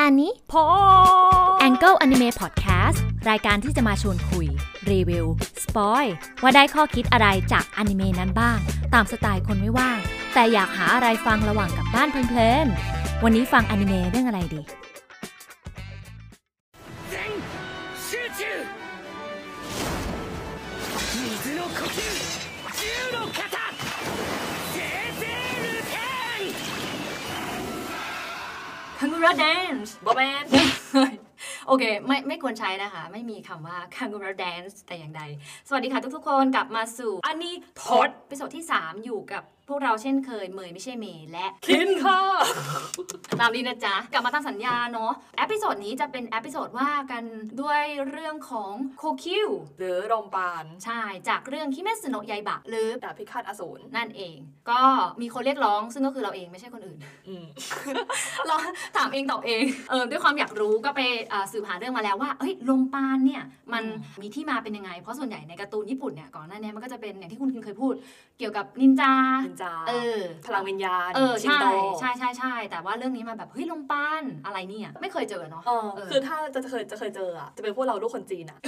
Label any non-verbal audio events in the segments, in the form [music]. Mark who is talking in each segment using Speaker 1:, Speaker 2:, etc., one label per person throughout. Speaker 1: อันนี้
Speaker 2: พอ
Speaker 1: Angle Anime Podcast รายการที่จะมาชวนคุย รีวิว สปอย ว่าได้ข้อคิดอะไรจากอนิเมะนั้นบ้าง ตามสไตล์คนไม่ว่าง แต่อยากหาอะไรฟังระหว่างกลับบ้านเพลินๆ วันนี้ฟังอนิเมะเรื่องอะไรดี
Speaker 3: 全集中水の呼吸銃の型聖聖ルテン
Speaker 2: คังกูระแดนซ์บอแม [laughs] นโอเค ไม่ไม่ควรใช้นะคะ ไม่มีคำว่าคังกูระแดนซ์แต่อย่างใด สวัสดีค่ะทุกๆคนกลับมาสู่อันนี้พอดเป็นสดที่ 3 อยู่กับพวกเราเช่นเคยเมยไม่ใช่เมย์และ คินค่ะ ตามนี้นะจ๊ะ กลับมาตามสัญญาเนาะเอพิโซดนี้จะเป็นเอพิโซดว่ากันด้วยเรื่องของโคคิว
Speaker 4: หรือโรงพยาบาล
Speaker 2: ใช่จากเรื่องคิเมสโนะยายบะหรือ
Speaker 4: ดาบพิฆาตอสูร
Speaker 2: นั่นเอง ก็มีคนเรียกร้องซึ่งก็คือเราเองไม่ใช่คนอื่น
Speaker 4: อืม
Speaker 2: [laughs] เราถามเองตอบเองเออด้วยความอยากรู้ก็ไปอ่าสืบหาเรื่องมาแล้วว่าเอ้ยลมปานเนี่ยมันมีที่มาเป็นยังไง เพราะส่วนใหญ่ในการ์ตูนญี่ปุ่นเนี่ยก่อนหน้านี้มันก็จะเป็นอย่างที่คุณกินเคยพูด เกี่ยวกับนินจา
Speaker 4: นินจา
Speaker 2: เออ
Speaker 4: พลังวิญญาณ
Speaker 2: เออ
Speaker 4: ชิน
Speaker 2: ใช่
Speaker 4: โต
Speaker 2: ใช่ใช่ใช่แต่ว่าเรื่องนี้มันแบบเฮ้ยลมปานอะไรเนี่ยไม่เคยเจอเนาะ
Speaker 4: เออ
Speaker 2: เออ
Speaker 4: คือถ้าจะเคยจะเคยเจออ่ะ จะเป็นพวกเราลูกคนจีนอ่ะ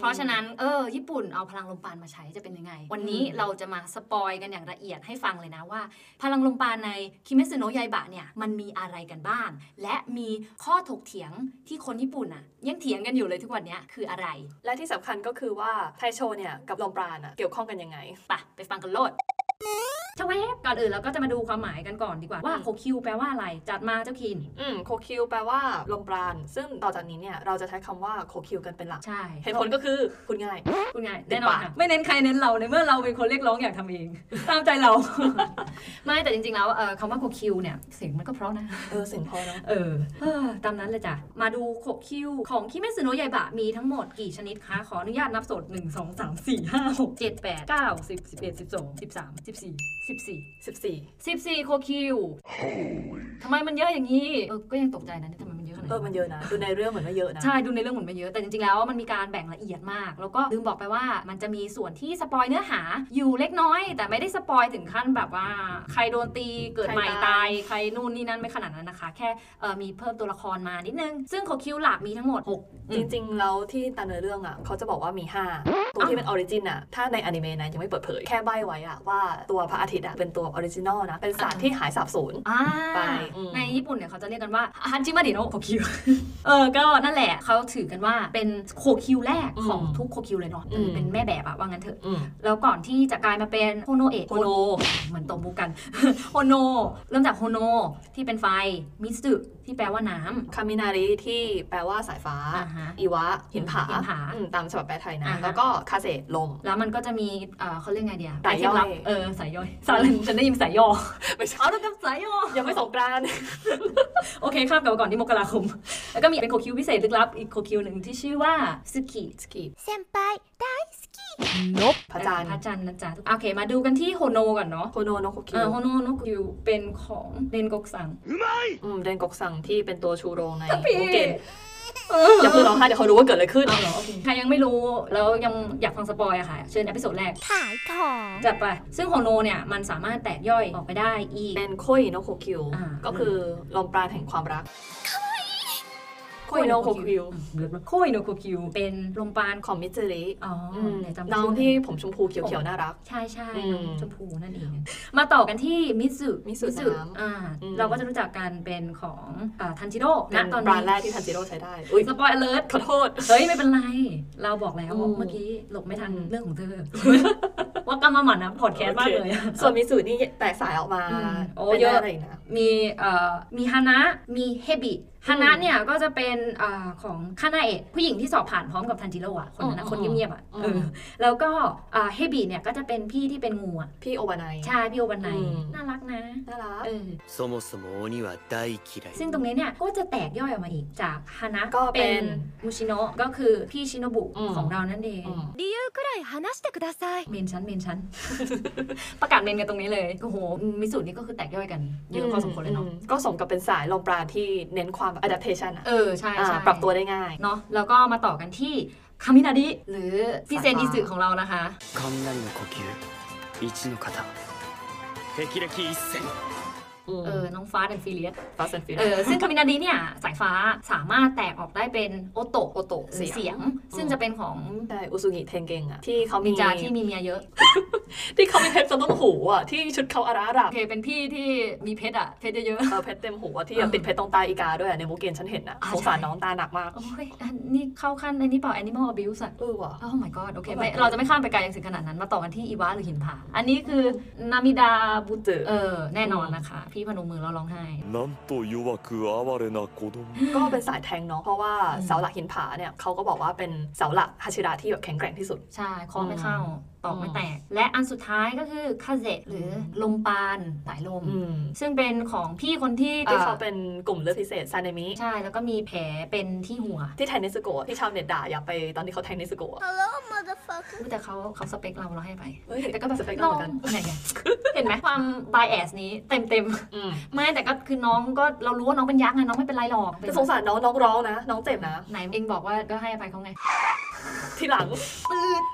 Speaker 2: เพราะฉะนั้นเออญี่ปุ่นเอาพลังลมปานมาใช้จะเป็นยังไง วันนี้
Speaker 4: อืม
Speaker 2: เราจะมาสปอยกันอย่างละเอียดให้ฟังเลยนะว่า พลังลมปานในคิเมซึโนะยายบะเนี่ยมันมีอะไรกันบ้าง และมีข้อถกเถียงที่คนญี่ปุ่นอะยังเถียงกันอยู่เลยทุกวันเนี้ยคืออะไร
Speaker 4: และที่สำคัญก็คือว่าไทโชเนี่ยกับโรงพยาบาลอ่ะเกี่ยวข้องกันยังไง
Speaker 2: ปะไปฟังกันโลดชเวฟก่อนอื่นเราก็จะมาดูความหมายกันก่อนดีกว่าว่า
Speaker 4: อืม
Speaker 2: โคคิวแปลว่าอะไรจัดมาเจ้าคิน
Speaker 4: อืมโคคิวแปลว่าโรงพยาบาลซึ่งต่อจากนี้เนี่ยเราจะใช้คำว่าโคคิวกันเป็นหลัก
Speaker 2: ใช่
Speaker 4: เหตุผลก็คือคุณง่าย
Speaker 2: คุณไงาย
Speaker 4: เด็
Speaker 2: แน่
Speaker 4: ด
Speaker 2: นอน
Speaker 4: ปาก
Speaker 2: ค่ะไม่เน้นใครเน้นเราในเมื่อเราเป็นคนเรียกร้องอยากทำเอง [laughs] ตามใจเรา ไม่แต่จริงๆแล้วเอ่อคำว่าโคคิวเนี่ยเสียงมันก็เพราะนะ
Speaker 4: เออเสียงพอเนาะ
Speaker 2: เออเออ ตามนั้นเลยจ้ะ มาดูโคคิว ของคิเมซึโนะยายบะมีทั้งหมดกี่ชนิดคะ ขออนุญาตนับสด 1 2 3 4 5 6 7 8 9 10 11 12 13 14
Speaker 4: สิบสี่
Speaker 2: 14 14โคคิวทำไมมันเยอะอย่างนี้ เออ ก็ยังตกใจนะเนี่ยทำไมมันเยอะขนาด
Speaker 4: เออมัน
Speaker 2: นี้
Speaker 4: เยอะนะดูในเรื่องเหมือนไม่เยอะนะ
Speaker 2: ใช่ ดูในเรื่องเหมือนไม่เยอะ แต่จริงๆ แล้วมันมีการแบ่งละเอียดมาก แล้วก็ลืมบอกไปว่ามันจะมีส่วนที่สปอยเนื้อหาอยู่เล็กน้อย แต่ไม่ได้สปอยถึงขั้นแบบว่า ใครโดนตีเกิดใหม่ตาย ใครนู่นนี่นั่นไม่ขนาดนั้นนะคะ แค่เอ่อมีเพิ่มตัวละครมานิดนึง ซึ่งโคคิวหลักมีทั้งหมดหก
Speaker 4: จริงๆแล้วที่ตามเนื้อเรื่องอ่ะเขาจะบอกว่ามีห้าตัวที่เป็นออริจินอ่ะถ้าในอนิเมะนะยังไม่เปิดเผยแค่ใบ้ไว้อ่ะว่าตัวพระอาทิตย์อ่ะเป็นตัวออริจินอลนะเป็นสัตว์ที่หายสาบสูญ
Speaker 2: อ่า
Speaker 4: ไปอืม
Speaker 2: ในญี่ปุ่นเนี่ยเขาจะเรียกกันว่าฮันจิมาดิโนะโคคิว เออ [laughs] ก็นั่นแหละเขาถือกันว่าเป็นโคคิวแรกของทุกโคคิวเลยเนาะเออเป็นแม่แบบอะว่างั้นเถอะ
Speaker 4: อืม
Speaker 2: แล้วก่อนที่จะกลายมาเป็นโฮโนเอะ
Speaker 4: โฮโน
Speaker 2: เหมือนตบมูกัน [laughs] โฮโน เริ่มจากโฮโนที่เป็นไฟ มิสตึที่แปลว่าน้ำ
Speaker 4: คามินาริที่แปลว่าสายฟ้า
Speaker 2: อ่าฮะ
Speaker 4: อีวะ หินผา
Speaker 2: หินผา
Speaker 4: อืมตามฉบับแปลไทยนะ
Speaker 2: อ่าฮะ
Speaker 4: แล้วก็คาเซลม
Speaker 2: แล้วมันก็จะมีเอ่อเขาเรียกไงเดีย
Speaker 4: สายย่อย
Speaker 2: เออสายย่อยสาย [laughs] ฉันได้ยินสายย่อ
Speaker 4: ไม่ใช่
Speaker 2: เอาแล้วกับสายย่อ
Speaker 4: ยังไม่สงกรานต์
Speaker 2: โอเคข้ามกลับมาก่อนที่มกราคม แล้วก็มีเป็นโคคิวพิเศษลึกลับอีกโคคิวหนึ่งที่ชื่อว่าสึกิ
Speaker 4: สกี
Speaker 1: เซมปายได้
Speaker 2: นบ
Speaker 4: พระจันทร์
Speaker 2: พระจันทร์นะจ๊ะโอเค มาดูกันที่โฮโนก่อนเนาะ
Speaker 4: โคโนโนโคคิ
Speaker 2: เออ
Speaker 4: ว
Speaker 2: โฮโนโนคิวเป็นของเรนกกสัง
Speaker 3: うまい
Speaker 4: อืมเรนกกสังที่เป็นตัวชูโรงใน
Speaker 2: พี่
Speaker 4: โอเกน
Speaker 2: เออ
Speaker 4: อย่าเพิ่งร้องไห้เดี๋ยวเขารู้ว่าเกิดอะไรขึ้น
Speaker 2: เอาเหรอโอเคใครยังไม่รู้แล้วยังอยากฟังสปอยอะค่ะ เชิญอพิโซดแรก
Speaker 1: ขายของ
Speaker 2: จัดไป ซึ่งโฮโนเนี่ย มันสามารถแตกย่อยออกไปได้อีก
Speaker 4: เป็นคุยโนโคคิว
Speaker 2: อ่า
Speaker 4: ก็คือลมปราณแห่งความรักคุยโนโคคิว
Speaker 2: อืมเลิศมากโคยโนโคคิวเป็นลมปราณ
Speaker 4: ของมิจิริ
Speaker 2: อ๋ออ
Speaker 4: ม
Speaker 2: ไหจำชื่
Speaker 4: น้องที่ผมชมพูเขียวๆน่ารัก
Speaker 2: ใช่ใช่
Speaker 4: อืม
Speaker 2: น้องชมพูนั่นเอง มาต่อกันที่มิสุ
Speaker 4: มิสุน้ำ
Speaker 2: อ่า
Speaker 4: อืม
Speaker 2: เราก็จะรู้จักกันเป็นของอ่าทันจิโร่
Speaker 4: เป็
Speaker 2: นะ
Speaker 4: น
Speaker 2: ตอน
Speaker 4: ปราณ
Speaker 2: นี้
Speaker 4: แรกที่ทันจิโร่ใช้ได้อุ้ย
Speaker 2: สปอยเลิร์
Speaker 4: ขอโทษ
Speaker 2: เฮ้ย ไม่เป็นไร เราบอกแล้ว
Speaker 4: อืม
Speaker 2: เมื่อกี้หลบไม่ทัน
Speaker 4: อืม
Speaker 2: เรื่องของเธอ [laughs] ว่ากำมาหมันนะพอดแคสต์มากเลย
Speaker 4: ส่วนมิสูนี่แตกสายออกมา
Speaker 2: อืมโอ้
Speaker 4: ป็น
Speaker 2: เยอะ
Speaker 4: ไรกนะ
Speaker 2: มีเอ่อมีฮานะมีเฮบิฮานะเนี่ยก็จะเป็นอ่าของคานาเอะผู้หญิงที่สอบผ่านพร้อมกับทันจิโร่อะคนนั้นนะ
Speaker 4: อืม
Speaker 2: คนเงียบๆอะ
Speaker 4: อืม
Speaker 2: เออแล้วก็อ่าเฮบิเนี่ยก็จะเป็นพี่ที่เป็นงูอะ
Speaker 4: พี่โอบานาย
Speaker 2: ใช่พี่โอบันไน
Speaker 4: อืม
Speaker 2: น่ารักนะ
Speaker 4: น่ารัก
Speaker 2: เออ
Speaker 3: そもそも鬼は大嫌い
Speaker 2: ซึ่งตรงนี้เนี่ยก็จะแตกย่อยออกมาอีกจากฮานะ
Speaker 4: ก็เป็น
Speaker 2: มูชิโนะก็คือพี่ชิโนบุ
Speaker 4: อืม
Speaker 2: ของเรานั่นเอง
Speaker 4: อืม
Speaker 1: 理由くらい話してください
Speaker 2: เมนชั้นเมนชั้น ประกาศเมนกันตรงนี้เลยโอ้โหมิสุนี่ก็คือแตกย่อยกันเยอะพอสมควรเลยเนาะ
Speaker 4: อืมก็สมกับเป็นสายลมปราณที่เน้นความ adaptation อะ
Speaker 2: เออใช่
Speaker 4: อ่า
Speaker 2: ใช่
Speaker 4: ปรับตัวได้ง่าย
Speaker 2: เนาะแล้วก็มาต่อกันที่คามินาดิหรือพี่เซน
Speaker 4: สายฟ้า
Speaker 2: อิสึของเรานะคะ
Speaker 3: 雷の呼吸一の型霹靂一閃
Speaker 4: ม
Speaker 2: เออน้องฟ้าเป็นฟิเลียส
Speaker 4: Fast and
Speaker 2: เอ
Speaker 4: Furious
Speaker 2: อซึ่งคามินาดีเนี่ยสายฟ้าสามารถแตกออกได้เป็นโอโตะ
Speaker 4: โอโตะ
Speaker 2: หรือ
Speaker 4: เสี
Speaker 2: เสี
Speaker 4: ยง
Speaker 2: ยง ซึ่งจะเป็นของ
Speaker 4: ใช่อุซุงิเทนเกงอะที่เขามี
Speaker 2: นินจาที่มีเมียเยอะ
Speaker 4: ที่เขามีเพชรจนต้องหูอะที่ชุดเขาอาราดั
Speaker 2: โอบ เค เป็นพี่ที่มีเพชรอะเพชรเยอะ
Speaker 4: เออเพชรเต็มหูอะที่อะ
Speaker 2: เออ
Speaker 4: ติดเพชรตรงตาอีกาด้วยอะในมูเกนฉันเห็นนะ
Speaker 2: อ่า
Speaker 4: สงสาร
Speaker 2: ใช่
Speaker 4: น้องตาหนักมาก
Speaker 2: ๆ โอ้ยอันนี่เข้าขั้นอันนี้เปล่า animal abuse อะ
Speaker 4: เออว่ะ
Speaker 2: Oh my god โอเค
Speaker 4: Oh my
Speaker 2: ไม่
Speaker 4: god
Speaker 2: เราจะไม่ข้ามไปไกลอย่างถึงขนาดนั้น มาต่อกันที่อีวาหรือหินผา อันนี้คือนามิดาบุ
Speaker 4: บุตร
Speaker 2: เออ แน่นอนนะคะ พี่พนมมือแล้วร้องไห้
Speaker 5: なんと弱く哀れな子供
Speaker 4: ก็เป็นสายแทงเนาะเพราะว่าเสาหลักหินผาเนี่ยเขาก็บอกว่าเป็นเสาหลักฮาชิระที่แบบแข็งแกร่งที่สุด
Speaker 2: ใช่คอไม่เข้า ตอกไม่แตก และอันสุดท้ายก็คือคาเซหรือลมปานสายลม
Speaker 4: อืม
Speaker 2: ซึ่งเป็นของพี่คนที่
Speaker 4: ที่
Speaker 2: อ่อ
Speaker 4: เขาเป็นกลุ่มเลือดพิเศษซาเนมิ
Speaker 2: ใช่ แล้วก็มีแผลเป็นที่หัว
Speaker 4: ที่แทงเนสโกะที่ชาวเน็ตด่าอยากไปตอนที่เขาแทงเนสโกะอะ
Speaker 2: อุ๊ยแต่เขาเขาสเปคเราเราให้ไป
Speaker 4: เฮ้ย
Speaker 2: แต่
Speaker 4: แต่
Speaker 2: ก็
Speaker 4: ก็
Speaker 2: แบ
Speaker 4: แบบ บสเปคเราเหมือนกัน
Speaker 2: องไหไงเห็นไหมความ bias นี้เต็มเต็ม
Speaker 4: อืม
Speaker 2: ๆไม่แต่ก็คือน้องก็เรารู้ว่าน้องเป็นยักษ์ไงน้องไม่เป็นไรหรอก
Speaker 4: แต่สงสารน้องน้องร้องนะ น้องเจ็บนะ
Speaker 2: ไหนเองบอกว่าก็ให้อภัยเขาไง
Speaker 4: ทีหลัง
Speaker 2: ปื๊ด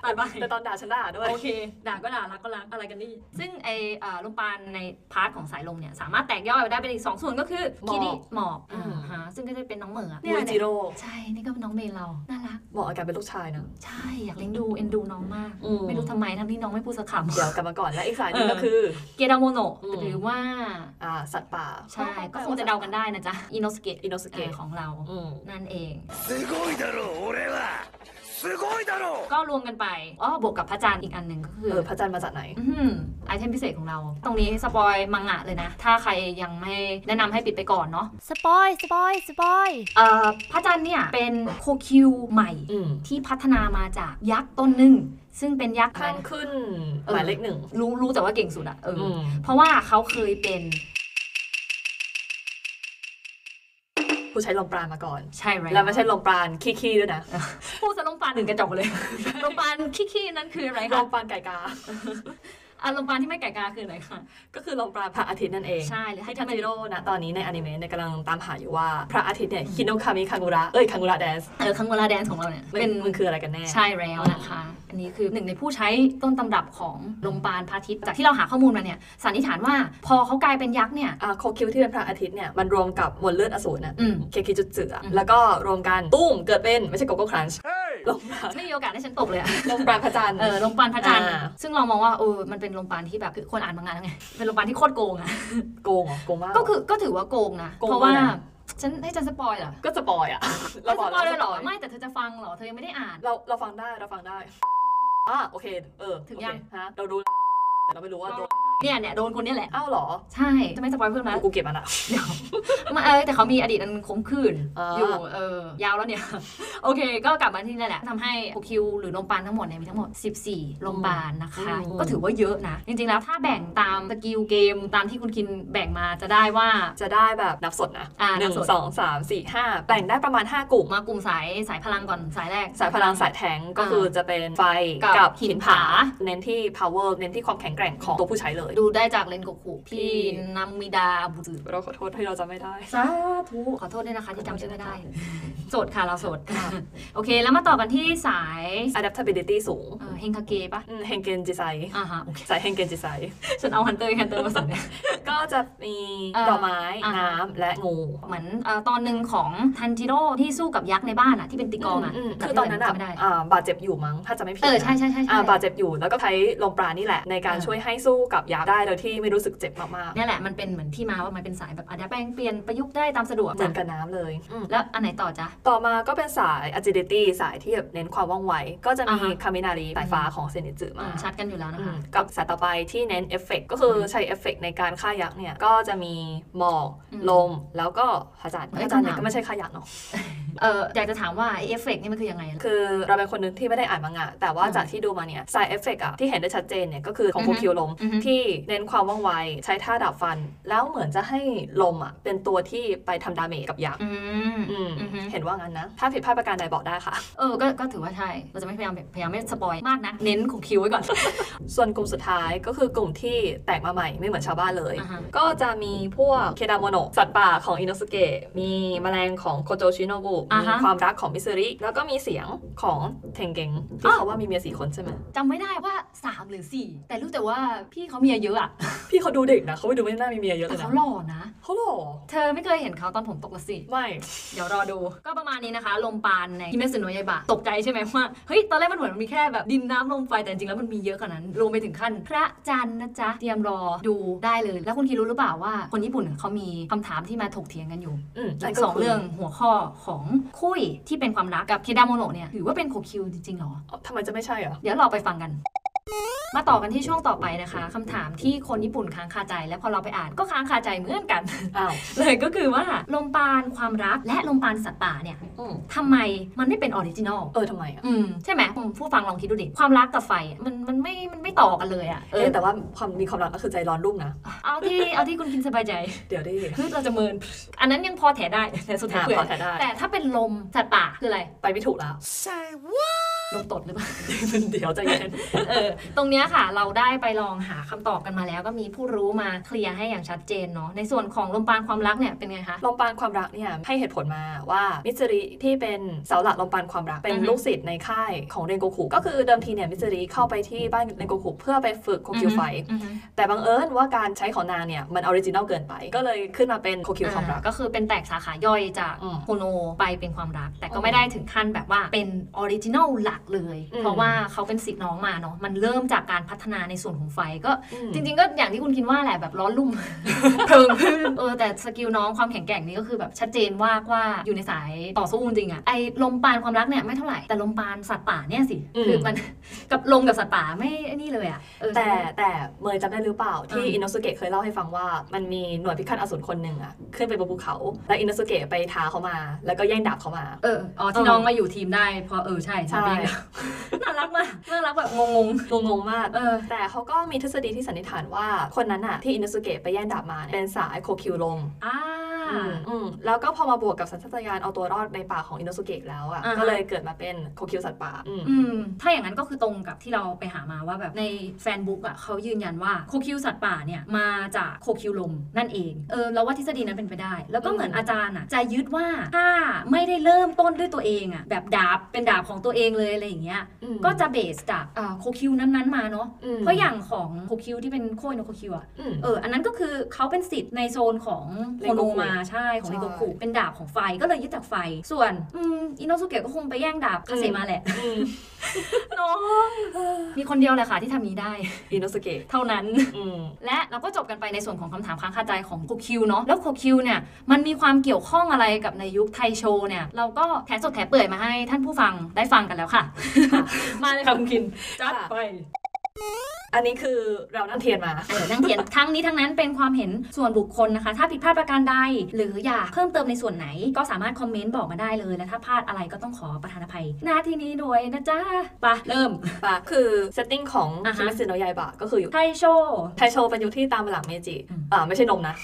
Speaker 2: ตัดไป
Speaker 4: แต่ตอนด่าฉันด่าด้วย
Speaker 2: โอเค ด่าก็ด่ารักก็รักอะไรกันนี่ ซึ่งไอเอ่อลมปานในพาร์ทของสายลมเนี่ย สามารถแตกย่อยไปได้เป็นอีกสองส่วนก็คือ
Speaker 4: หมอก
Speaker 2: คิดิหมอก
Speaker 4: อืม
Speaker 2: อ่าฮะซึ่งก็จะเป็นน้องเหมือ
Speaker 4: มู
Speaker 2: เนี่ย
Speaker 4: จิโร่
Speaker 2: ใช่นี่ก็เป็นน้องเมย์เราน่ารัก
Speaker 4: เหมาะอาการเป็นลูกชายนะ
Speaker 2: ใช่อยากเลี้ยงดูเอ็นดูน้องมาก
Speaker 4: อืม
Speaker 2: ไม่รู้ทำไมทั้งที่น้องไม่พูดสักคำ
Speaker 4: เดี๋ยวกลับมาก่อนและอีกสายหนึ
Speaker 2: เอ
Speaker 4: ง
Speaker 2: อ
Speaker 4: ก็คือ
Speaker 2: เกดาโมโนะ
Speaker 4: อืม
Speaker 2: หรือว่า
Speaker 4: อ่าสัตว์ป่า
Speaker 2: ใช่ ก็คงจะเดากันได้นะจ๊ะ อินโนสเกต
Speaker 4: อินโนสเกะ
Speaker 2: ของเรา
Speaker 4: อืม
Speaker 2: นั่นเอง
Speaker 3: すごいだろう俺はすごいだろう
Speaker 2: ก็รวมกันไป อ๋อ บวกกับพระจันทร์อีกอันหนึ่งก็คือ
Speaker 4: เออพระจันทร์มาจากไหน
Speaker 2: อื้อหือไอเทมพิเศษของเรา ตรงนี้สปอยมังงะเลยนะ ถ้าใครยังไม่แนะนำให้ปิดไปก่อนเนาะ
Speaker 1: สปอย สปอย สปอย
Speaker 2: เอ่อพระจันทร์เนี่ยเป็นโคคิวใหม่
Speaker 4: อืม
Speaker 2: ที่พัฒนามาจากยักษ์ต้นหนึ่ง ซึ่งเป็นยักษ์อะไร
Speaker 4: ข้าง
Speaker 2: นะ
Speaker 4: ขึ้นหมายเลขหนึ่ง
Speaker 2: รู้รู้แต่ว่าเก่งสุดอะเอออ
Speaker 4: ม
Speaker 2: เพราะว่าเขาเคยเป็น
Speaker 4: ผู้ใช้ลมปราณมาก่อน
Speaker 2: ใช่ไหม
Speaker 4: แล้วไม่ใช่ลมปราณขี้ๆด้วย
Speaker 2: [laughs]
Speaker 4: นะ
Speaker 2: พูดซะลมปานหนึ่งกระจอกเลย [laughs] ลมปานขี้ๆนั่นคืออะไร
Speaker 4: ล
Speaker 2: คะ
Speaker 4: มปราณไก่กา
Speaker 2: อ่ะลมปานที่ไม่ไก่กาคืออะไรคะ
Speaker 4: ก็คือลมปราณพระอาทิตย์นั่นเอง
Speaker 2: ใช่หรือให้ทำ
Speaker 4: ให้ทา
Speaker 2: ไม
Speaker 4: จิโร่นะตอนนี้ในอนิเมะเนี่ยกำลังตามหาอยู่ว่าพระอาทิตย์เนี่ยฮิโนคามิคางุระเอ้ยคางุระแดนส์
Speaker 2: เออคังเวลาแดนของเราเนี่ย
Speaker 4: เป็
Speaker 2: เป็นน
Speaker 4: มันคืออะไรกันแน่
Speaker 2: ใช่แล้วนะคะ อันนี้คือหนึ่งในผู้ใช้ต้นตำรับของลมปานพระอาทิตย์จากที่เราหาข้อมูลมาเนี่ยสันนิษฐานว่าพอเขากลายเป็นยักษ์ [laughs] เนี่ย
Speaker 4: อ่าโคคิวที่เป็นพระอาทิตย์เนี่ยมันรวมกับมวลเลือดอสูรน่ะ
Speaker 2: อืม
Speaker 4: เคคิจุดเจือะ
Speaker 2: อืม
Speaker 4: แล้วก็รวมกันตุ้มเกิดเป็นไม่ใช่โกโก้ครันช์ลมปราณ
Speaker 2: ไม่มีโอกาสให้ฉันตก [laughs] เลยอะ
Speaker 4: ลมปราณพระจันทร์
Speaker 2: เออลมปานพระจันทร์
Speaker 4: อ่า
Speaker 2: ซึ่งเรามองว่าเออมันเป็นลมปานที่แบบคือคนอ่านบางงานแล้วไงเป็นลมปานที่โคตรโกง [laughs] อะ
Speaker 4: โกงเหรอโกงมาก
Speaker 2: ก็คือก็ถือว่าโกงนะ
Speaker 4: โกง
Speaker 2: เพราะว่า
Speaker 4: อะไร
Speaker 2: ฉันให้ฉันสปอยเหรอ
Speaker 4: ก็สปอยอ่ะ
Speaker 2: เราสปอยเลยเหรอ
Speaker 4: สป
Speaker 2: ไม่แต่เธอจะฟังเหรอเธอยังไม่ได้อ่าน
Speaker 4: เราเราฟังได้เราฟังได้อ่าโอเคเออ
Speaker 2: ถึงยัง
Speaker 4: โอเคฮะเรารู้แต่เราไม่รู้ว่าโดน
Speaker 2: เนี่ยเนี่ยโดนคนเนี้แหละ
Speaker 4: อ้าวเหรอ
Speaker 2: ใช่จะไม่สปอยเพิ่มแล้ว
Speaker 4: กูเก็บมันอ่ะ
Speaker 2: เดี๋ยวมาเออแต่เขามีอดีตอันขมขื่น
Speaker 4: อ่า
Speaker 2: อยู่เออยาวแล้วเนี่ย [laughs] โอเค ก็กลับมาที่นี่แหละทำให้โอคิวหรือลมปานทั้งหมดเนี่ยมีทั้งหมด 14ลมปานนะคะ ก็ถือว่าเยอะนะ จริงๆแล้วถ้าแบ่งตามสกิลเกมตามที่คุณคินแบ่งมาจะได้ว่า
Speaker 4: จะได้แบบนับสดนะ
Speaker 2: อ่า
Speaker 4: ห
Speaker 2: นั
Speaker 4: นึ่
Speaker 2: บ
Speaker 4: ง
Speaker 2: สด
Speaker 4: สองสามสี่ห้าแบ่งได้ประมาณ 5 กลุ่ม
Speaker 2: มากลุ่มสายสายพลังก่อนสายแรก
Speaker 4: สายพลังสายแทงก์ก็
Speaker 2: อ่า
Speaker 4: คือจะเป็นไฟ
Speaker 2: กับ
Speaker 4: กับ
Speaker 2: หิ
Speaker 4: หิ
Speaker 2: น
Speaker 4: น
Speaker 2: ผา
Speaker 4: ผา เน้นที่ power เน้นที่ความแข็งแกร่งของตัวผู้ใช้เลย
Speaker 2: ดูได้จากเลนโกคุพี่นามิดาบุตร
Speaker 4: เราขอโทษที่เราจะไม่ได้
Speaker 2: สาธุขอโทษด้วยนะคะที่จำชื่อไม่ได้ โสดค่ะเราโสดโอเค แล้วมาต่อกันที่สาย
Speaker 4: adaptability สูง
Speaker 2: เอ่อเฮงคาเกปะ
Speaker 4: อืมเฮงเกนจิไซ
Speaker 2: อ่าฮะ
Speaker 4: สายเฮงเกนจิไซ
Speaker 2: ฉันเอาฮันเตอร์ฮันเตอร์มาใส่
Speaker 4: ก็จะมี
Speaker 2: เอ่อ
Speaker 4: ดอกไม้
Speaker 2: อ่า
Speaker 4: น้ำและงู
Speaker 2: เหมือนเอ่อตอนหนึ่งของทันจิโร่ที่สู้กับยักษ์ในบ้านอ่ะที่เป็นติกองอ่ะ
Speaker 4: มมคือตอนนั้น
Speaker 2: จำ
Speaker 4: อะ
Speaker 2: ไม่ได้
Speaker 4: อ่าบาดเจ็บอยู่มั้ง ถ้าจะไม่ผิด
Speaker 2: เออ
Speaker 4: นะ
Speaker 2: ใช่ใช่ใช่ใช่
Speaker 4: อ่าบาดเจ็บอยู่แล้วก็ใช้ลมปราณนี่แหละ ในการ
Speaker 2: อ่า
Speaker 4: ช่วยให้สู้กับยาได้โดยที่ไม่รู้สึกเจ็บมาก
Speaker 2: เนี่ยแหละมันเป็นเหมือนที่มาว่ามันเป็นสายแบบอัดแปลงเปลี่ยนประยุกต์ได้ตามสะดวก
Speaker 4: ๆเหมือนกับน้ำเลยอืม
Speaker 2: แล้วอันไหนต่อจ๊ะ
Speaker 4: ต่อมาก็เป็นสาย agility สายที่แบบเน้นความว่องไว ก็จะ
Speaker 2: อ่า
Speaker 4: มี
Speaker 2: ฮะ
Speaker 4: คามินารีสายฟ้าของเซนิจึ
Speaker 2: อื
Speaker 4: มาม
Speaker 2: ชัดกันอยู่แล้วนะ
Speaker 4: อื
Speaker 2: คะ
Speaker 4: มกับสายต่อไปที่เน้นเอฟเฟกก็คือใช้เอฟเฟกในการฆ่ายักษ์เนี่ย ก็จะมีหมอก
Speaker 2: อืม
Speaker 4: ลม แล้วก็พระจันทร์
Speaker 2: เอ้ย
Speaker 4: พระจันทร์เนี่ย
Speaker 2: คำถาม
Speaker 4: ก็ไม่ใช่ฆ่ายักษ์เนาะ
Speaker 2: เอออยากจะถามว่าไอ้เอฟเฟกต์นี่มันคือยังไงล่ะ
Speaker 4: คือเราเป็นคนหนึงที่ไม่ได้อ่านมังงะ แต่ว่า
Speaker 2: อืม
Speaker 4: จากที่ดูมาเนี่ยสายเอฟเฟกอะที่เห็นได้ชัดเจนเนี่ยก็คือของ
Speaker 2: อือ
Speaker 4: โค
Speaker 2: ฮึ
Speaker 4: คิวลม
Speaker 2: อือฮึ
Speaker 4: ที่เน้นความว่องไวใช้ท่าดาบฟัน แล้วเหมือนจะให้ลมอะเป็นตัวที่ไปทำดาเมจกับยักษ์
Speaker 2: อืม
Speaker 4: อืม
Speaker 2: อือฮึ
Speaker 4: เห็นว่างั้นนะถ้าผิดพลาดประการใดบอกได้ค่ะ
Speaker 2: เออก็ก็ถือว่าใช่เราจะไม่พยายามพยายามไม่สปอยมากนะเน้นของคิวไว้ก่อน [laughs]
Speaker 4: ส่วนกลุ่มสุดท้ายก็คือกลุ่มที่แตกมาใหม่ไม่เหมือนชาวบ้านเลย
Speaker 2: อ่าฮะ
Speaker 4: ก็จะมีพวกเคดามโนะสัตว์ป่าของอินโนสเกะมีแมลงของโคโจชิโนบุ
Speaker 2: อ่า
Speaker 4: มี
Speaker 2: ฮะ
Speaker 4: ความรักของมิซึริ แล้วก็มีเสียงของเทงเกงที่เขาว่ามีเมียสี่คนใช่ไหม
Speaker 2: จำไม่ได้ว่าสามหรือสี่แต่รู้แต่ว่าพี่เขาเมีย มียเยอะอะ
Speaker 4: พี่เขาดูเด็กนะเขาไม่ดูไม่น่ามีเมียเยอะเล
Speaker 2: แต่
Speaker 4: ยนะ
Speaker 2: เขาหล่อนะ
Speaker 4: เขาหล่อ
Speaker 2: เธอไม่เคยเห็นเขาตอนผมตกละสิ
Speaker 4: ไม่
Speaker 2: เดี๋ยวรอดู ก็ประมาณนี้นะคะ ลมปานในฮิเมสุโนะยายบะตกใจใช่ไหมว่า เฮ้ย ตอนแรกมันเหมือนมันมีแค่แบบดินน้ำลมไฟ แต่จริงๆแล้วมันมีเยอะกว่านั้น รวมไปถึงขั้น พระจันทร์นะจ๊ะ เตรียมรอดูได้เลย แล้วคุณคิดรู้หรือเปล่าว่า คนญี่ปุ่นเขามีคำถามที่มาถกเถียงกันอยู่
Speaker 4: อืมนั่น
Speaker 2: อีก
Speaker 4: ก็
Speaker 2: สอง
Speaker 4: คื
Speaker 2: เรื่องหัวข้อของคุยที่เป็นความรักกับเคดามโมโนะเนี่ยถือว่าเป็นโคคิวจริงๆหรอ
Speaker 4: อ๋อทำไมจะไม่ใช่อ่ะ
Speaker 2: เดี๋ยวเราไปฟังกัน มาต่อกันที่ช่วงต่อไปนะคะคำถามที่คนญี่ปุ่นค้างคาใจ และพอเราไปอ่านก็ค้างคาใจเหมือนกัน [laughs]
Speaker 4: อ้าว
Speaker 2: เลยก็คือว่าลมปานความรักและลมปานสัตว์ป่าเนี่ย
Speaker 4: อืม
Speaker 2: ทำไมมันไม่เป็นออริจินอล
Speaker 4: เออทำไมอ่ะ
Speaker 2: อืม ใช่ไหมอืมผู้ฟังลองคิดดูดิ ความรักกับไฟอะมันมันไม่ มันไม่ต่อกันเลยอะเอ
Speaker 4: เอ
Speaker 2: อ
Speaker 4: อ
Speaker 2: แต่
Speaker 4: แต่ว่าความมีความรักก็คือใจร้อนรุ่มนะ
Speaker 2: เอาที่เอาที่คุณกินสบายใจ
Speaker 4: เดี๋ยวได้
Speaker 2: คือเราจะเมิน อันนั้นยังพอแถได้ แต่สุดท้า
Speaker 4: หาย
Speaker 2: เปื่
Speaker 4: พอ
Speaker 2: อย
Speaker 4: แทนได้
Speaker 2: แต่ถ้าเป็นลมสัตว์ป่าคืออะไร
Speaker 4: ไปไม่ถูกแล้ว
Speaker 2: ลมตดหรือเปล่า
Speaker 4: [laughs] เดี๋ยวใจเย็น
Speaker 2: เออ ตรงเนี้ยค่ะ เราได้ไปลองหาคำตอบกันมาแล้ว ก็มีผู้รู้มาเคลียร์ให้อย่างชัดเจนเนาะ ในส่วนของลมปานความรักเนี่ยเป็นไงคะ
Speaker 4: ลมปานความรักเนี่ยให้เหตุผลมาว่ามิสริที่เป็นเสาหลักลมปานความรัก เป็
Speaker 2: อื
Speaker 4: น
Speaker 2: อฮึ
Speaker 4: ลูกศิษย์ในค่ายของเรนโกคุก็คือเดิมทีเนี่ยมิสริเข้าไปที่บ้านเรนโกคุเพื่อไปฝึกโคคิว
Speaker 2: ฮึ
Speaker 4: ไฟ
Speaker 2: อือฮึ
Speaker 4: แต่บังเอิญว่าการใช้ของนางเนี่ย มันออริจินอลเกินไป ก็เลยขึ้นมาเป็นโคคิวความรัก
Speaker 2: อ่ก็คือเป็นแตกสาขาย่อยจาก
Speaker 4: อืม
Speaker 2: โคโนไปเป็นความรัก แต่ก็
Speaker 4: อืม
Speaker 2: ไม่ได้ถึงขั้นแบบว่าเป็นออริจินอลหลักเลย
Speaker 4: อืม
Speaker 2: เพราะว่าเขาเป็นสิทธิ์น้องมาเนาะมันเริ่มจากการพัฒนาในส่วนของไฟก็
Speaker 4: อืม
Speaker 2: จริง ๆ ก็อย่างที่คุณคิดว่าแหละแบบร้อน
Speaker 4: [laughs]
Speaker 2: ลุ่ม เพลิงเออแต่สกิลน้องความแข็งแกร่งนี่ก็คือแบบชัดเจนว่ากว่าอยู่ในสายต่อสู้จริงๆอะไอ้ลมปานความรักเนี่ยไม่เท่าไหร่แต่ลมปานสัตว์ป่าเนี่ยสิคือมัน [laughs] กับลมกับสัตว์ป่าไม่ไอ้นี่เลยอะเออ
Speaker 4: แต่แต่เมย์จำได้หรือเปล่า ที่
Speaker 2: อืม
Speaker 4: อินโนสุเกะเคยเล่าให้ฟังว่ามันมีหน่วยพิฆาตอสูรคนหนึ่งอะขึ้นไปบนภูเขา แล้วอินโนสุเกะไปท้าเขามา แล้วก็แย่งดาบเขามา
Speaker 2: เอออ๋อที่น้องมาอยู่ทีมได้เพราะเออใช่ใช่
Speaker 4: ใช่
Speaker 2: [laughs] น่ารักมากน่ารักแบบงง
Speaker 4: งงๆมาก
Speaker 2: ๆเออ
Speaker 4: แต่เขาก็มีทฤษฎีที่สันนิษฐานว่าคนนั้นอะที่อินโนสุเกะไปแย่งดาบมาเนี่ยเป็นสายโคคิวลม
Speaker 2: อ่า
Speaker 4: อืมแล้วก็พอมาบวกกับสัญชาตญาณเอาตัวรอดในป่าของอินโนสุเกะแล้ว
Speaker 2: อ่า
Speaker 4: อะ่ะ
Speaker 2: ฮะ
Speaker 4: ก็เลยเกิดมาเป็นโคคิวสัตว์ป่าอืม
Speaker 2: อืม ถ้าอย่างนั้นก็คือตรงกับที่เราไปหามาว่าแบบในแฟนบุ๊กอ่ะเขายืนยันว่าโคคิวสัตว์ป่าเนี่ย มาจากโคคิวลมนั่นเอง เออเราว่าทฤษฎีนั้นเป็นไปได้ แล้วก็เหมือนอาจารย์อ่ะจะยึดว่าถ้าไม่ได้เริ่มต้นด้วยตัวเองอ่ะแบบดาบเป็นดาบของตัวเองเลยอะไรอย่างเงี้ย ก็จะเบสจากอ่าโคคิวนั้นๆมาเนาะ เพราะอย่างของโคคิวที่เป็นโคโนโคคิวอ่ะ
Speaker 4: อืม
Speaker 2: เออ อันนั้นก็คือเขาเป็นสิทธิ์ในโซนของโคโนมา ใช่ ของ
Speaker 4: ใช่
Speaker 2: ริโกคุ เป็นดาบของไฟ ก็เลยยึดจากไฟ ส่วนอืมอินโนสุเกะก็คงไปแย่งดาบคาเซมาแหละ
Speaker 4: อืม
Speaker 2: น้อง มีคนเดียวแหละค่ะที่ทำนี้ได้
Speaker 4: อินโนสุเกะ
Speaker 2: เท่านั้น
Speaker 4: อืม
Speaker 2: และเราก็จบกันไปในส่วนของคำถามค้างคาใจของโคคิวเนาะ แล้วโคคิวเนี่ย มันมีความเกี่ยวข้องอะไรกับในยุคไทโชเนี่ย เราก็แถสดแถเปื่อยมาให้ท่านผู้ฟังได้ฟังกันแล้วค่ะ มาเลยค่ะคุณคินจัด
Speaker 4: ค่ะ
Speaker 2: ไป
Speaker 4: อันนี้คือเรานั่งเทียนมา
Speaker 2: เออนั่งเถียงทั้งนี้ทั้งนั้นเป็นความเห็นส่วนบุคคลนะคะ ถ้าผิดพลาดประการใด หรืออยากเพิ่มเติมในส่วนไหน ก็สามารถคอมเมนต์บอกมาได้เลย และถ้าพลาดอะไรก็ต้องขอประธานอภัย หน้าที่นี้ด้วยนะจ๊ะไปะเริ่ม
Speaker 4: ป่ะ คือเซตติ้งของ
Speaker 2: อ่าฮะ
Speaker 4: คิมิสึโนะยายบะก็คืออยู่
Speaker 2: ไทโช
Speaker 4: ไทโชเป็นยุคที่ตามมาหลังเมจิ
Speaker 2: อืม
Speaker 4: อ่า ไม่ใช่นมนะ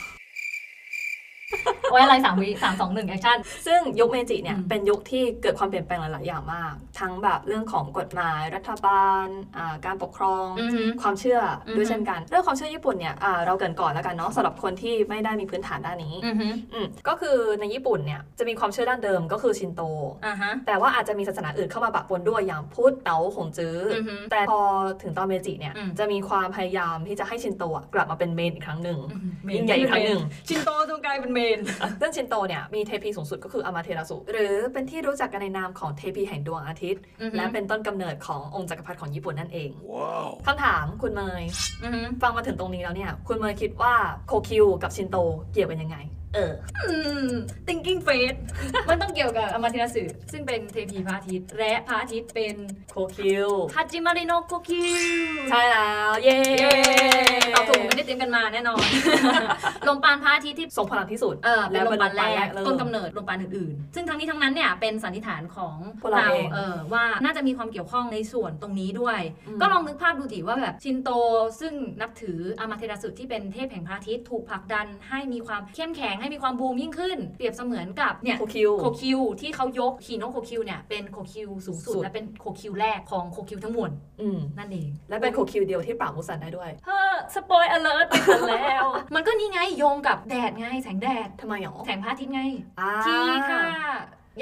Speaker 2: โอ้ยอะไรสามวิสามสองหนึ่งแอคชั่น
Speaker 4: ซึ่งยุคเมจิเนี่ย
Speaker 2: อืม
Speaker 4: เป็นยุคที่เกิดความเปลี่ยนแปลงหลาย ๆ อย่างมาก ทั้งแบบเรื่องของกฎหมายรัฐบาลอ่าการปกครอง
Speaker 2: อือหือ
Speaker 4: ความเชื่ออ
Speaker 2: อฮึ
Speaker 4: ด้วยเช่นกัน เรื่องความเชื่อญี่ปุ่นเนี่ยอ่าเราเกรินก่อนแล้วกันเนาะสำหรับคนที่ไม่ได้มีพื้นฐานด้านนี้
Speaker 2: อือหือ
Speaker 4: อืมก็คือในญี่ปุ่นเนี่ยจะมีความเชื่อด้านเดิมก็คือชินโต
Speaker 2: อ่าฮะ
Speaker 4: แต่ว่าอาจจะมีศาสนาอื่นเข้ามาปะปนด้วยอย่างพุทธเต๋าขงจื้ออ
Speaker 2: อฮึ
Speaker 4: แต่พอถึงตอนเมจิเนี่ย
Speaker 2: อืม
Speaker 4: จะมีความพยายามที่จะให้ชินโตอะกลับมาเป็นเมนอีกครั้งหนึ่ง
Speaker 2: อือหือ
Speaker 4: ยิ่งใหญ่อีกครั้งหนึ่ง
Speaker 2: ชินโตจงกลายเป็นเมน
Speaker 4: ซึ่งชินโตเนี่ยมีเทพีสูงสุดก็คืออามาเทราสุหรือเป็นที่รู้จักกันในนามของเทพีแห่งดวงอาทิตย์
Speaker 2: อือฮึ
Speaker 4: และเป็นต้นกำเนิดขององค์จักรพรรดิของญี่ปุ่นนั่นเอง
Speaker 5: わ
Speaker 4: คำถามคุณเมย
Speaker 2: อือหือ
Speaker 4: ฟังมาถึงตรงนี้แล้วเนี่ย คุณเมย์คิดว่าโคคิวกับชินโตเกี่ยวกันยังไง เออ
Speaker 2: อืม thinking face มันต้องเกี่ยวกับอมาเทราสึซึ่งเป็นเทพีพระอาทิตย์และพระอาทิตย์เป็น
Speaker 4: โคคิว
Speaker 2: ฮาจิมาริโนโคคิว
Speaker 4: ใช่แล้ว เย้
Speaker 2: เย้ตอบถูกไม่ได้เตรียมกันมาแน่นอน [laughs] ลมปานพระอาทิตย์ที่
Speaker 4: ทรงพลังที่สุด
Speaker 2: เออเป็นลมปานแรก
Speaker 4: เลย
Speaker 2: ต้นกำเนิดลมปานอื่นๆ ซึ่งทั้งนี้ทั้งนั้นเนี่ยเป็นสันนิษฐานของ
Speaker 4: พวกเราเอง
Speaker 2: เออว่าน่าจะมีความเกี่ยวข้องในส่วนตรงนี้ด้วย
Speaker 4: อืม
Speaker 2: ก็ลองนึกภาพดูดิว่าแบบชินโตซึ่งนับถืออามาเทราสุที่เป็นเทพแห่งพระอาทิตย์ถูกผลักดันให้มีความเข้มแข็งให้มีความบูมยิ่งขึ้น เปรียบเสมือนกับเนี่ย
Speaker 4: โคคิว
Speaker 2: โคคิวที่เขายกคีโนโคคิวเนี่ยเป็นโคคิวสูงสุด
Speaker 4: สุด
Speaker 2: และเป็นโคคิวแรกของโคคิวทั้งมวล
Speaker 4: อืม
Speaker 2: นั่นเอง
Speaker 4: และเป็นโคคิวเดียวที่ปราบมุสันได้ด้วย
Speaker 2: เฮ้อสปอยอเลิร์ตไปแล้ว [laughs] มันก็นี่ไงโยงกับแดดไง แสงแดด
Speaker 4: ทำไมหรอ
Speaker 2: แสงพระอาทิตย์ไง
Speaker 4: อ่า
Speaker 2: ที่ถ้า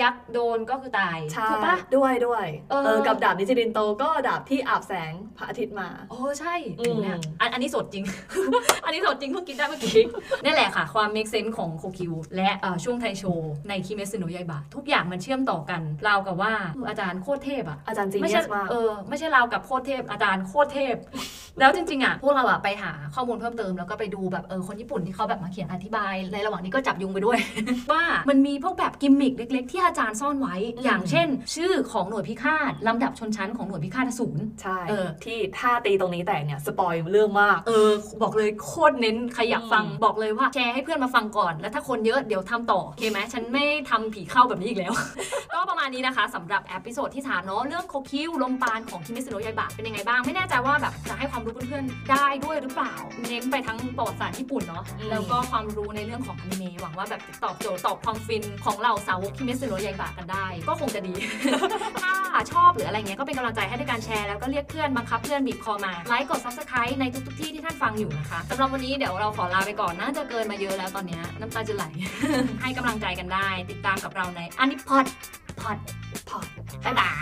Speaker 2: ยักษ์โดนก็คือตาย
Speaker 4: ใช่
Speaker 2: ถูกปะ
Speaker 4: ด้วยด้วย
Speaker 2: เออ
Speaker 4: เออกับดาบนิจิรินโตก็ดาบที่อาบแสงพระอาทิตย์มา
Speaker 2: โอ้ใช่
Speaker 4: อืม
Speaker 2: เนี่ยอันอันนี้สดจริง [laughs] อันนี้สดจริงเพิ่งกินได้เมื่อกี้ [laughs] นี่นแหละค่ะ ความเมคเซนส์ของโคคิว และเอ่อช่วงไทโชในคิเมซึโนะยาอิบะทุกอย่างมันเชื่อมต่อกันราวกับว่าเอออาจารย์โคตรเทพอะ
Speaker 4: อาจารย์จี
Speaker 2: ไม่
Speaker 4: เนี
Speaker 2: ใช่
Speaker 4: ยสมาก
Speaker 2: เออไม่ใช่เรากับโคตรเทพอาจารย์โคตรเทพ แล้วจริงๆอ่ะพวกเราอ่ะไปหาข้อมูลเพิ่มเติมแล้วก็ไปดูแบบเออคนญี่ปุ่นที่เขาแบบมาเขียนอธิบาย ในระหว่างนี้ก็จับยุงไปด้วย [laughs] ว่ามันมีพวกแบบกิมมิกเล็ก ๆ ที่อาจารย์ซ่อนไว้
Speaker 4: อืม
Speaker 2: อย่างเช่น ชื่อของหน่วยพิฆาตลำดับชนชั้นของหน่วยพิฆาตอสูร
Speaker 4: ใช่
Speaker 2: เออ
Speaker 4: ที่ถ้าตีตรงนี้แตกเนี่ยสปอยเรื่องมาก
Speaker 2: เออบอกเลยโคตรเน้นใครอยากฟัง
Speaker 4: อืม
Speaker 2: บอกเลยว่าแชร์ให้เพื่อนมาฟังก่อน แล้วถ้าคนเยอะเดี๋ยวทำต่อโอเคไหมฉันไม่ทำผีเข้าแบบนี้อีกแล้ว ก็ประมาณนี้นะคะสำหรับเอพิโซดที่สามเนาะเรื่องโคคิวลมปานของคิมิสโนะยายบะเป็นยังไงบ้าง ไม่แน่ใจว่าแบบจะให้ความรู้เพื่อนๆได้ด้วยหรือเปล่า เน้นไปทั้งประวัติศาสตร์ญี่ปุ่นเนาะแล้วก็ความรู้ในเรื่องของอนิเมะหวังว่าแบบจะตอบโจทย์ตอบความฟินของเราสาวกคิมิสโนะยายบะกันได้ ก็คงจะดี [laughs] ถ้าชอบหรืออะไรเงี้ยก็เป็นกำลังใจให้ด้วยการแชร์แล้วก็เรียกเพื่อนบังคับเพื่อนบีบคอมาไลค์กด subscribe ในทุกๆที่ที่ท่านฟังอยู่นะคะสำหรับวันนี้เดี๋ยวเราขอลาไปก่อนน่าจะเกินมาเยอะแล้วตอนเนี้ยน้ำตาจะไหล [laughs] ให้กำลังใจกันได้ ติดตามกับเราในอันนี้พอดพอดพอดบ๊ายบาย